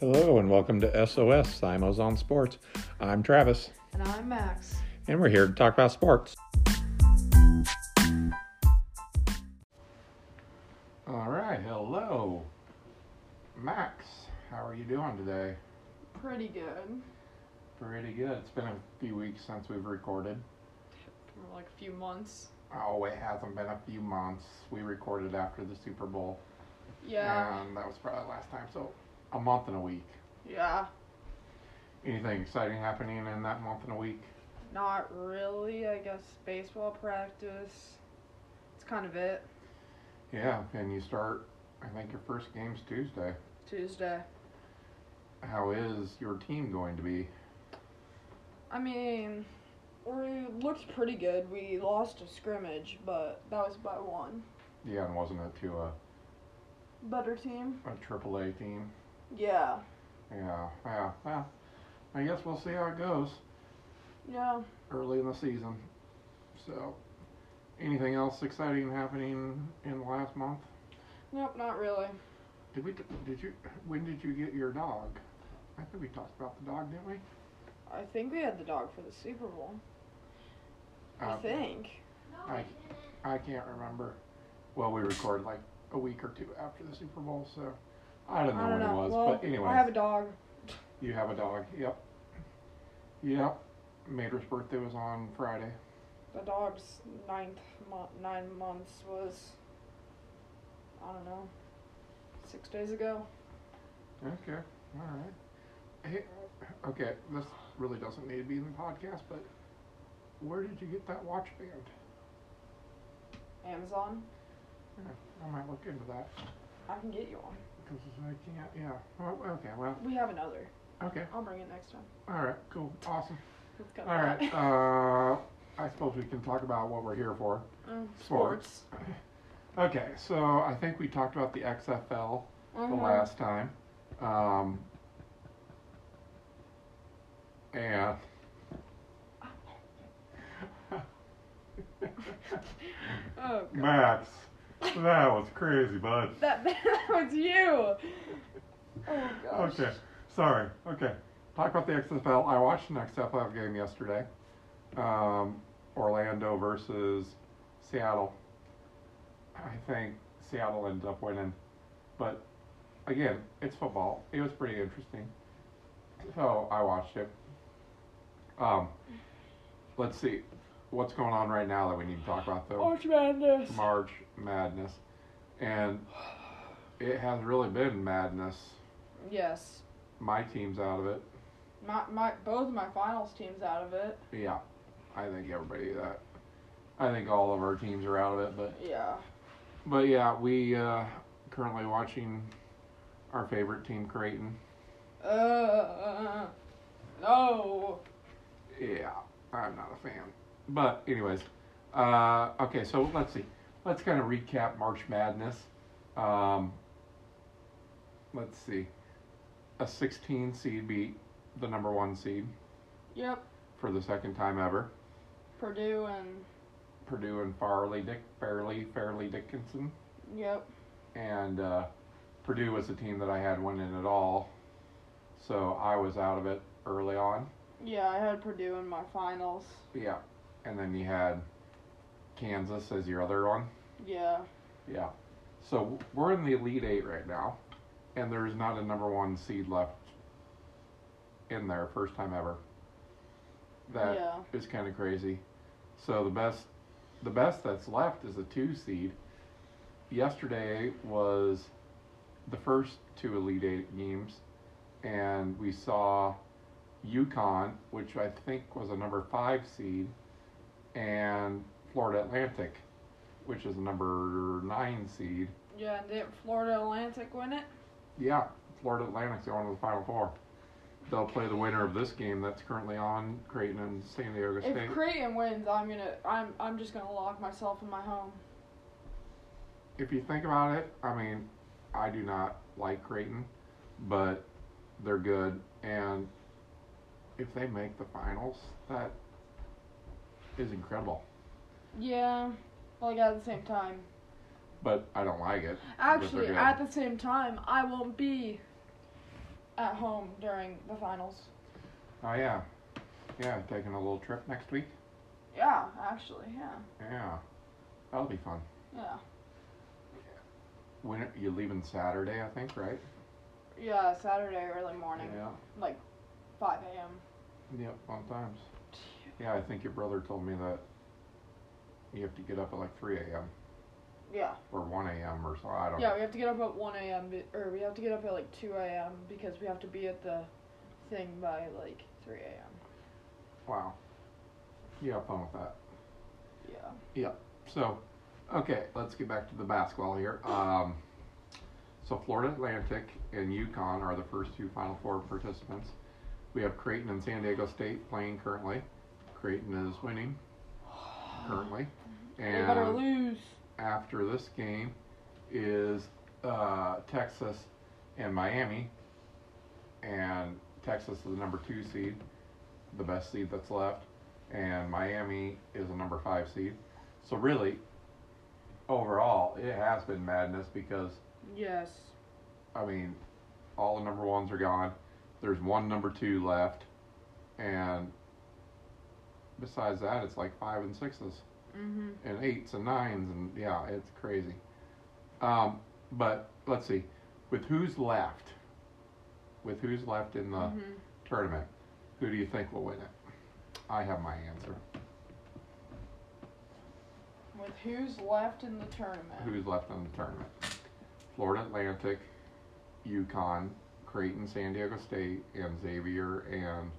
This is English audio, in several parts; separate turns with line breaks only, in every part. Hello and welcome to SOS Simos on Sports. I'm Travis,
And I'm Max.
and we're here to talk about sports. All right, hello, Max. How are you doing today?
Pretty good.
Pretty good. It's been a few weeks since we've recorded.
For like a few months.
Oh, it hasn't been a few months. We recorded after the Super Bowl,
Yeah.
and that was probably the last time. So, a month and a week.
Yeah.
Anything exciting happening in that month and a week?
Not really, I guess. Baseball practice. It's kind of it.
Yeah, and you start. I think your first game's Tuesday.
Tuesday.
How is your team going to be?
I mean, we looked pretty good. We lost a scrimmage, but that was by one.
Yeah, and wasn't it to a,
Better team?
a AAA team?
Yeah.
Yeah, yeah. Well, I guess we'll see how it goes
Yeah.
early in the season. So, anything else exciting happening in the last month?
Nope, not really.
Did we? Did you? When did you get your dog? I think we talked about the dog, didn't we?
I think we had the dog for the Super Bowl. I
Uh,
think.
I, I can't remember. Well, we recorded like a week or two after the Super Bowl, so I don't know
I
when
don't know.
it was.
well,
but anyway,
I have a dog.
you have a dog. Yep. Yep. Mater's birthday was on Friday.
The dog's ninth month, nine months was, I don't know, six days ago.
Okay. All right. Hey, okay. This really doesn't need to be in the podcast, but where did you get that watch band?
Amazon.
I might look into that
I can get you one.
because I can't. Yeah. Oh, okay. Well.
We have another.
Okay.
I'll bring it next time.
All right. Cool. Awesome.
We've got
All right.
that.
Uh, I suppose we can talk about what we're here for.
Mm,
sports. Okay, so I think we talked about the XFL the
Mhm.
last time. Um, and.
Oh, God.
Max, that was crazy, bud.
That, that was you. Oh, gosh.
Okay, sorry. Okay, talk about the XFL. I watched an XFL game yesterday um, Orlando versus Seattle. I think Seattle ended up winning. But again, it's football. It was pretty interesting. So I watched it. Um, let's see what's going on right now that we need to talk about, though.
Arch Madness.
March Madness. And it has really been madness
Yes.
my team's out of it.
My, my, both of my finals teams out of it.
Yeah, I think everybody that. I think all of our teams are out of it, but
Yeah.
but yeah, we uh, currently watching our favorite team Creighton.
Uh, Oh, no.
Yeah, I'm not a fan, but anyways, uh, okay. So let's see, let's kind of recap March Madness. Um, let's see, a 16 seed beat the number one seed
Yep.
for the second time ever.
Purdue and,
Purdue and Farley Dick Fairley Fairley Dickinson.
yep.
and uh, Purdue was the team that I had winning it all, so I was out of it early on.
Yeah, I had Purdue in my finals.
Yeah, and then you had Kansas as your other one.
Yeah.
Yeah, so we're in the Elite Eight right now, and there's not a number one seed left in there, first time ever. That
yeah.
is kind of crazy. So the best, the best that's left is a two seed. Yesterday was the first two Elite Eight games, and we saw UConn, which I think was a number five seed, and Florida Atlantic, which is a number nine seed.
Yeah, and did Florida Atlantic win it?
Yeah, Florida Atlantic's going to the Final Four. They'll play the winner of this game that's currently on Creighton and San Diego State.
If Creighton wins, I'm gonna I'm I'm just gonna lock myself in my home.
if you think about it, I mean, I do not like Creighton, but they're good. And if they make the finals, that is incredible.
Yeah. Like at the same time.
But I don't like it.
Actually,
good.
at the same time, I won't be at home during the finals.
Oh, yeah. Yeah, taking a little trip next week.
Yeah, actually, yeah,
Yeah. That'll be fun.
yeah,
When you're leaving Saturday, I think, right?
yeah. Saturday early morning, like five a.m.
Yep, fun times. Yeah, I think your brother told me that you have to get up at like 3 a.m.
Yeah,
or 1 a.m. or so. I don't
yeah.
know.
We have to get up at one a.m. be- or we have to get up at like two a.m. because we have to be at the thing by like three a.m.
Wow. You have fun with that.
Yeah.
So, okay, let's get back to the basketball here. Um, so Florida Atlantic and Yukon are the first two Final Four participants. We have Creighton and San Diego State playing currently. Creighton is winning currently,
They better
and
lose.
after this game is uh, Texas and Miami, and Texas is the number two seed, the best seed that's left, and Miami is a number five seed. So really, overall, it has been madness because
Yes.
I mean, all the number ones are gone. There's one number two left, and besides that, it's like five and sixes
Mm-hmm.
and eights and nines and yeah, it's crazy. Um, but let's see, with who's left, with who's left in the
mm-hmm.
tournament, who do you think will win it? I have my answer.
With who's left in the tournament?
Who's left in the tournament? Florida Atlantic, Yukon, Creighton, San Diego State, and Xavier and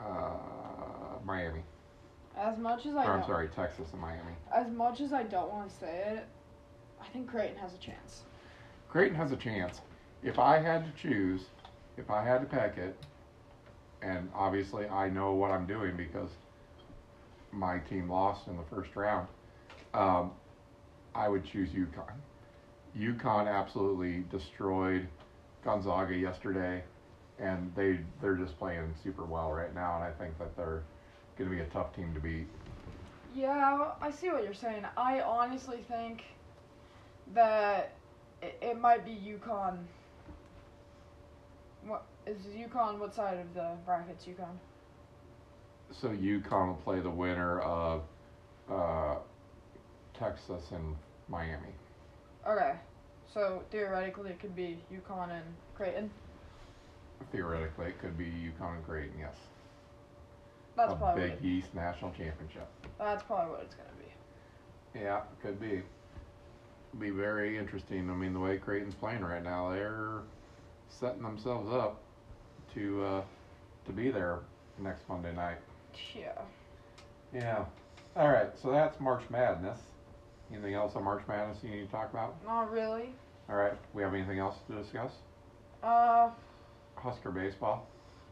uh, Miami.
As much as I
Or, I'm
don't-
sorry, Texas and Miami.
As much as I don't want to say it, I think Creighton has a chance.
Creighton has a chance. If I had to choose, if I had to pick it, and obviously I know what I'm doing because my team lost in the first round, um, I would choose UConn. UConn absolutely destroyed Gonzaga yesterday, and they they're just playing super well right now, and I think that they're going to be a tough team to beat.
Yeah, I see what you're saying. I honestly think that it, it might be UConn. What is UConn? What side of the brackets UConn?
So UConn will play the winner of uh, Texas and Miami.
Okay, so theoretically it could be UConn and Creighton.
Theoretically, it could be UConn and Creighton, yes.
That's
a
probably
Big
what it,
East National Championship.
that's probably what it's gonna be.
Yeah, could be. Be very interesting. I mean, the way Creighton's playing right now, they're setting themselves up to uh, to be there next Monday night.
Yeah.
Yeah. All right. So that's March Madness. Anything else on March Madness you need to talk about?
Not really.
All right. We have anything else to discuss?
Uh,
Husker baseball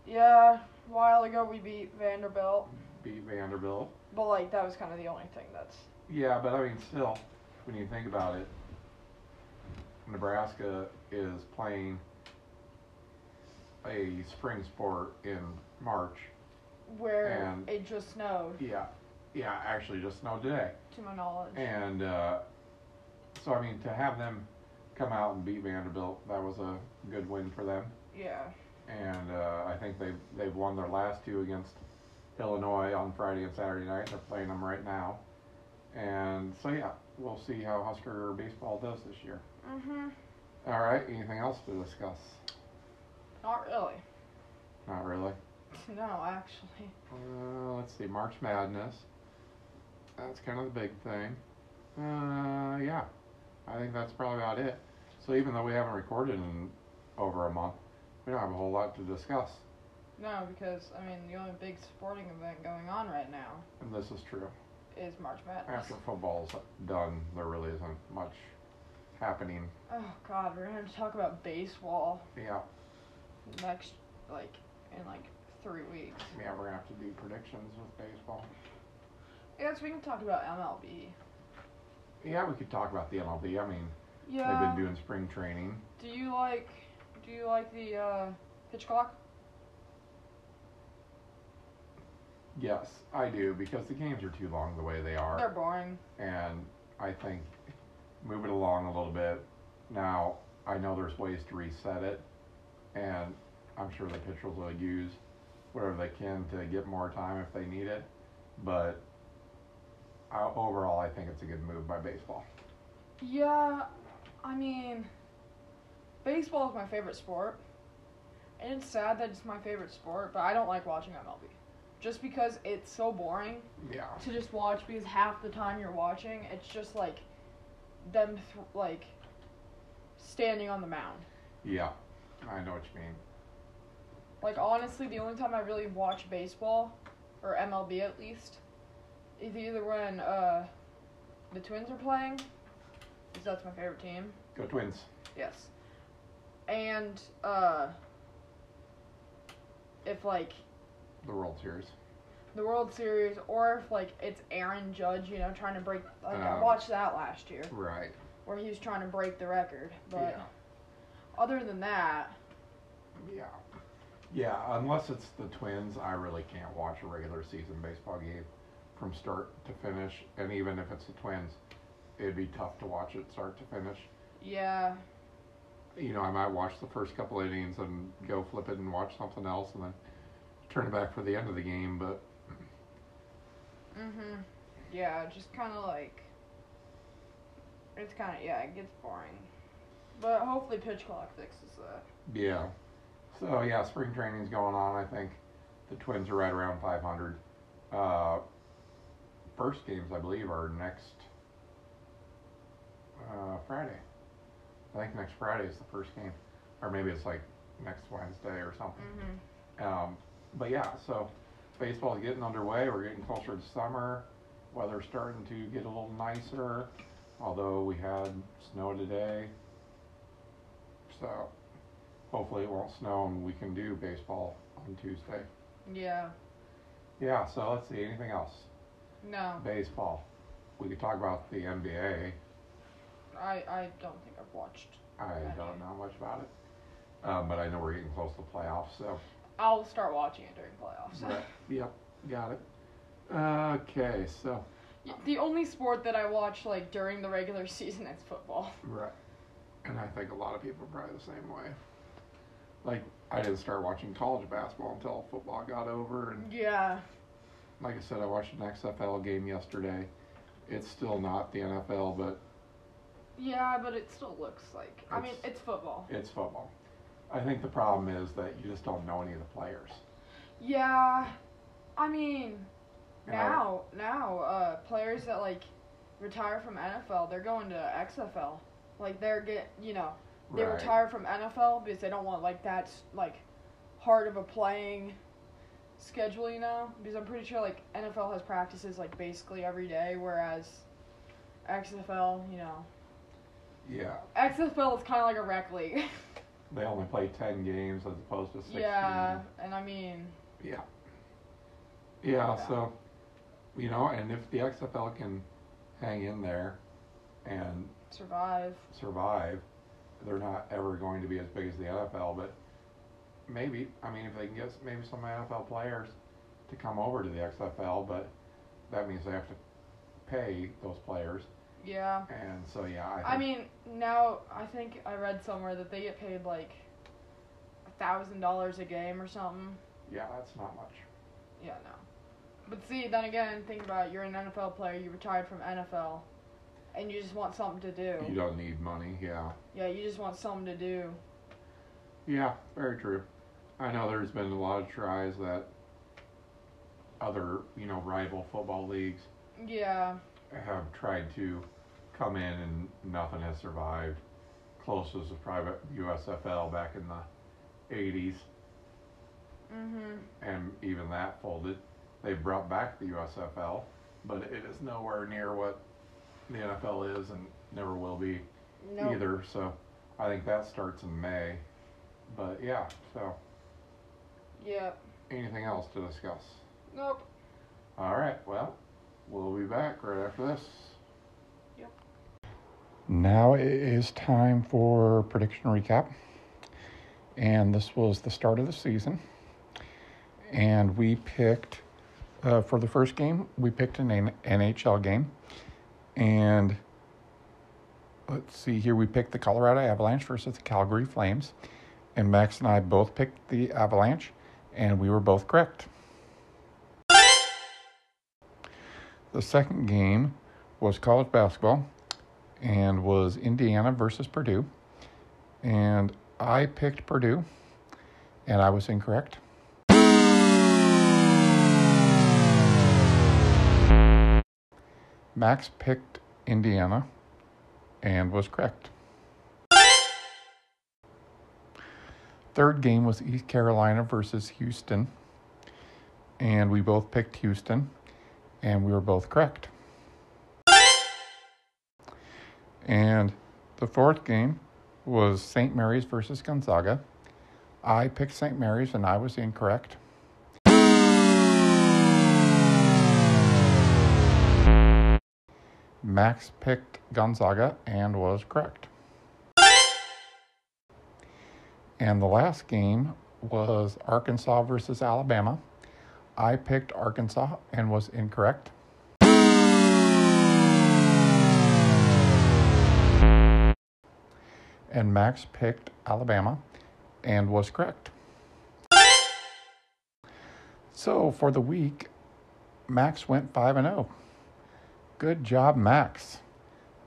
yeah. A while ago we beat Vanderbilt,
beat Vanderbilt.
but like that was kind of the only thing that's
Yeah, but I mean, still, when you think about it, Nebraska is playing a spring sport in March.
where
And-
it just snowed,
Yeah, yeah, actually, just snow today.
to my knowledge.
And uh, so, I mean, to have them come out and beat Vanderbilt, that was a good win for them.
yeah.
And uh, I think they've, they've won their last two against Illinois on Friday and Saturday night. They're playing them right now. And so, yeah, we'll see how Husker baseball does this year.
Mm-hmm.
All right. Anything else to discuss?
Not really.
Not really.
No, actually.
Uh, let's see. March Madness. That's kind of the big thing. Uh, yeah. I think that's probably about it. So even though we haven't recorded in over a month, we don't have a whole lot to discuss.
No, because I mean the only big sporting event going on right now
And this is true.
is March Madness.
After football's done, there really isn't much happening.
Oh God, we're gonna have to talk about baseball
Yeah.
next, like in like three weeks.
Yeah, we're gonna have to do predictions with baseball.
Yes, we can talk about MLB.
Yeah, we could talk about the MLB. I mean,
Yeah.
they've been doing spring training.
do you like, do you like the uh, pitch clock?
Yes, I do because the games are too long the way they
They're
are,
boring.
and I think move it along a little bit. Now I know there's ways to reset it, And I'm sure the pitchers will use whatever they can to get more time if they need it. But I, overall, I think it's a good move by baseball.
Yeah, I mean, baseball is my favorite sport. And it's sad that it's my favorite sport, but I don't like watching MLB. Just because it's so boring
Yeah.
to just watch because half the time you're watching, it's just like them th- like standing on the mound.
Yeah. I know what you mean.
Like honestly, the only time I really watch baseball or MLB at least is either when uh the Twins are playing, 'cause that's my favorite team.
Go Twins.
Yes. And uh if like
The World Series.
the World Series or if like it's Aaron Judge, you know, trying to break like I
Oh.
watched that last year
Right.
where he was trying to break the record, but
Yeah.
other than that,
Yeah. Yeah, unless it's the Twins, I really can't watch a regular season baseball game from start to finish. And even if it's the Twins, it'd be tough to watch it start to finish.
yeah,
You know, I might watch the first couple innings and go flip it and watch something else and then turn it back for the end of the game. But
mhm. Yeah, just kind of like it's kind of yeah, it gets boring. But hopefully pitch clock fixes that.
yeah. So, yeah, spring training's going on. I think the Twins are right around 500. Uh, first games, I believe, are next uh, Friday. I think next Friday is the first game, or maybe it's like next Wednesday or something.
Mhm.
Um, but yeah, so baseball's getting underway. We're getting closer to summer. Weather's starting to get a little nicer, although we had snow today. So hopefully it won't snow and we can do baseball on Tuesday.
Yeah.
Yeah, so let's see. Anything else?
No.
Baseball. We could talk about the NBA.
I I don't think I've watched.
I don't know much about it, um, but I know we're getting close to playoffs, so.
I'll start watching it during playoffs.
Right. Yep, got it. Okay, so.
Y- The only sport that I watch like during the regular season is football.
Right. And I think a lot of people are probably the same way. Like, I didn't start watching college basketball until football got over. And
Yeah.
like I said, I watched an XFL game yesterday. It's still not the NFL, but
Yeah, but it still looks like I mean
It's-
it's football.
it's football. I think the problem is that you just don't know any of the players.
Yeah. I mean
And I-
now now uh players that like retire from NFL, they're going to XFL. Like they're get you know, they
Right.
retire from NFL because they don't want like that like hard of a playing schedule, you know? Because I'm pretty sure like NFL has practices like basically every day whereas XFL, you know,
Yeah.
XFL is kind of like a rec league.
They only play 10 games as opposed to 16.
yeah, and I mean,
Yeah. Yeah,
Yeah.
so, you know, and if the XFL can hang in there and
survive.
survive, they're not ever going to be as big as the NFL, but maybe, I mean, if they can get s- maybe some NFL players to come over to the XFL, but that means they have to pay those players.
Yeah.
And so, yeah, I, think,
I mean, now I think I read somewhere that they get paid like a thousand dollars a game or something.
yeah, that's not much.
Yeah, no. But see, then again, think about it. you're an NFL player, you retired from NFL, and you just want something to do.
You don't need money, yeah.
yeah, you just want something to do.
Yeah, very true. I know there's been a lot of tries that other, you know, rival football leagues
Yeah,
have tried to come in and nothing has survived. Closest is private USFL back in the 80s,
mhm.
and even that folded. They brought back the USFL, but it is nowhere near what the NFL is and never will be
No.
either. So I think that starts in May. But yeah, so
Yep.
anything else to discuss?
Nope.
All right, well, we'll be back right after this.
Yep.
Now it is time for prediction recap. And this was the start of the season. And we picked, uh, for the first game, we picked an N- NHL game. And let's see here, we picked the Colorado Avalanche versus the Calgary Flames. and Max and I both picked the Avalanche, and we were both correct. The second game was college basketball and was Indiana versus Purdue. And I picked Purdue, and I was incorrect. Max picked Indiana and was correct. Third game was East Carolina versus Houston. And we both picked Houston, and we were both correct. And the fourth game was St. Mary's versus Gonzaga. I picked St. Mary's, and I was incorrect. Max picked Gonzaga and was correct. And the last game was Arkansas versus Alabama. I picked Arkansas and was incorrect. And Max picked Alabama and was correct. So for the week, Max went 5 and 0. Good job, Max.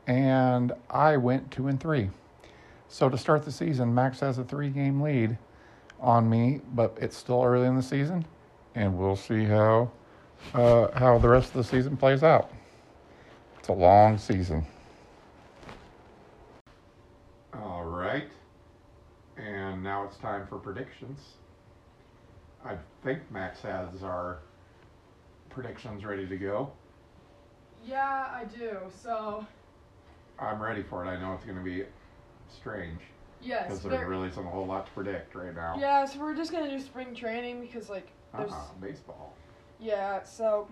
And I went 2 and 3. So to start the season, Max has a three game lead on me, but it's still early in the season, and we'll see how uh, how the rest of the season plays out. It's a long season. All right, and now it's time for predictions. I think Max has our predictions ready to go.
Yeah, I do. So
I'm ready for it. I know it's going to be strange
yes,
because there
there,
really isn't a whole lot to predict right now.
yeah. So we're just gonna do spring training because like there's
Uh-uh, baseball
yeah. So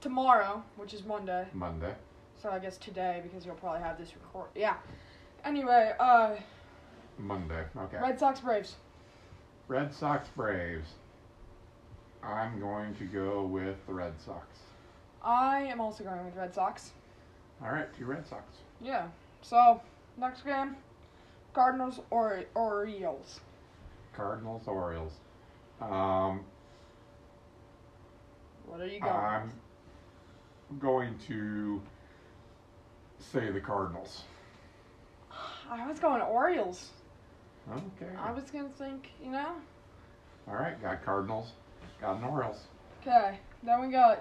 tomorrow, which is Monday,
Monday.
so I guess today because you'll probably have this record. Yeah. Anyway, uh,
Monday. Okay.
Red Sox Braves.
Red Sox Braves. I'm going to go with the Red Sox.
I am also going with Red Sox.
All right, two Red Sox.
Yeah. So next game, Cardinals or Orioles.
Cardinals, Orioles. Um,
What are you going?
I'm going to say the Cardinals.
I was going Orioles.
Okay.
I was gonna think, you know.
All right, got Cardinals, got an Orioles.
Okay. Then we got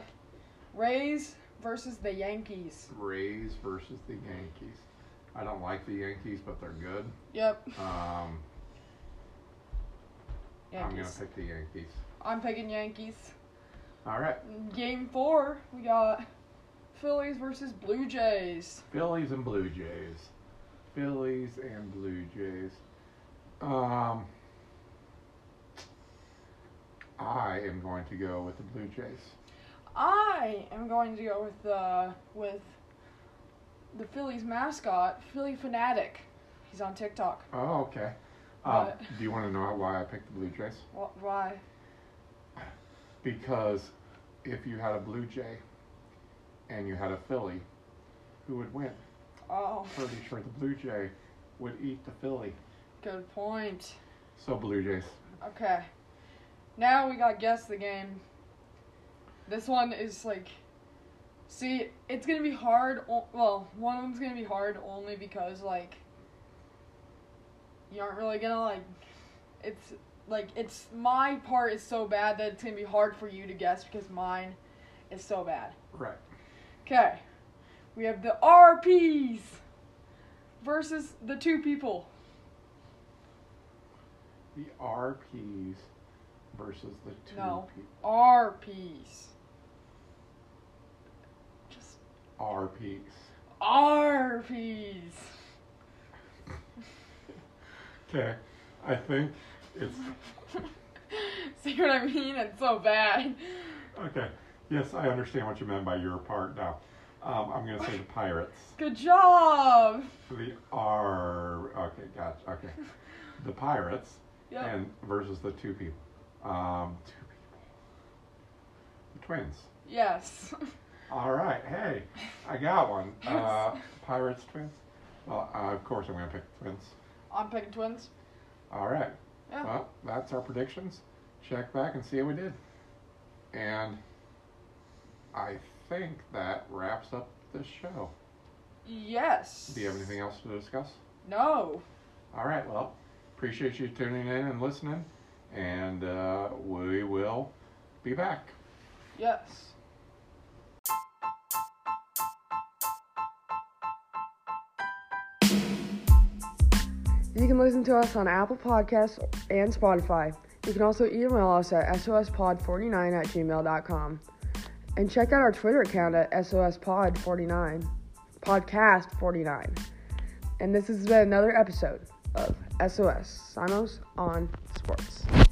Rays versus the Yankees.
Rays versus the Yankees. I don't like the Yankees, but they're good.
Yep.
Um, I'm going
Yankees.
to pick the Yankees.
I'm picking Yankees.
All right,
Game four, we got Phillies versus Blue Jays.
Phillies and Blue Jays. Phillies and Blue Jays. Um, I am going to go with the Blue Jays.
I am going to go with the with the Phillies mascot, Philly Fanatic. He's on TikTok.
Oh, okay. Um,
But-
do you want to know why I picked the Blue Jays?
Wh- Why?
Because if you had a Blue Jay and you had a Philly, who would win?
Oh,
Pretty sure the Blue Jay would eat the Philly.
good point.
So Blue Jays.
Okay. Now we got guess the game. This one is like, see, it's gonna be hard. o- Well, one of them's gonna be hard only because like, you aren't really gonna like. It's like it's my part is so bad that it's gonna be hard for you to guess because mine is so bad.
Right.
Okay. We have the RPs versus the two people.
The RPs versus the two
No.
people.
RPs. Just
RPs.
RPs.
Okay, I think it's
See what I mean? It's so bad.
okay. Yes, I understand what you meant by your part now. Um, I'm gonna say the pirates.
Good job.
The R. Okay, gotcha. Okay, the pirates
Yep.
and versus the two people. Um, two people. The twins.
yes.
All right. Hey, I got one. Uh, pirates twins. Well, uh, of course I'm gonna pick the twins.
I'm picking twins.
All right.
Yeah.
Oh.
Well, that's our predictions. Check back and see how we did. And I think that wraps up the show.
Yes.
Do you have anything else to discuss?
No.
All right. Well, appreciate you tuning in and listening. And uh, we will be back.
Yes.
You can listen to us on Apple Podcasts and Spotify. You can also email us at sospod49 at gmail.com. And check out our Twitter account at sospod49, podcast49. And this has been another episode of SOS Simos on Sports.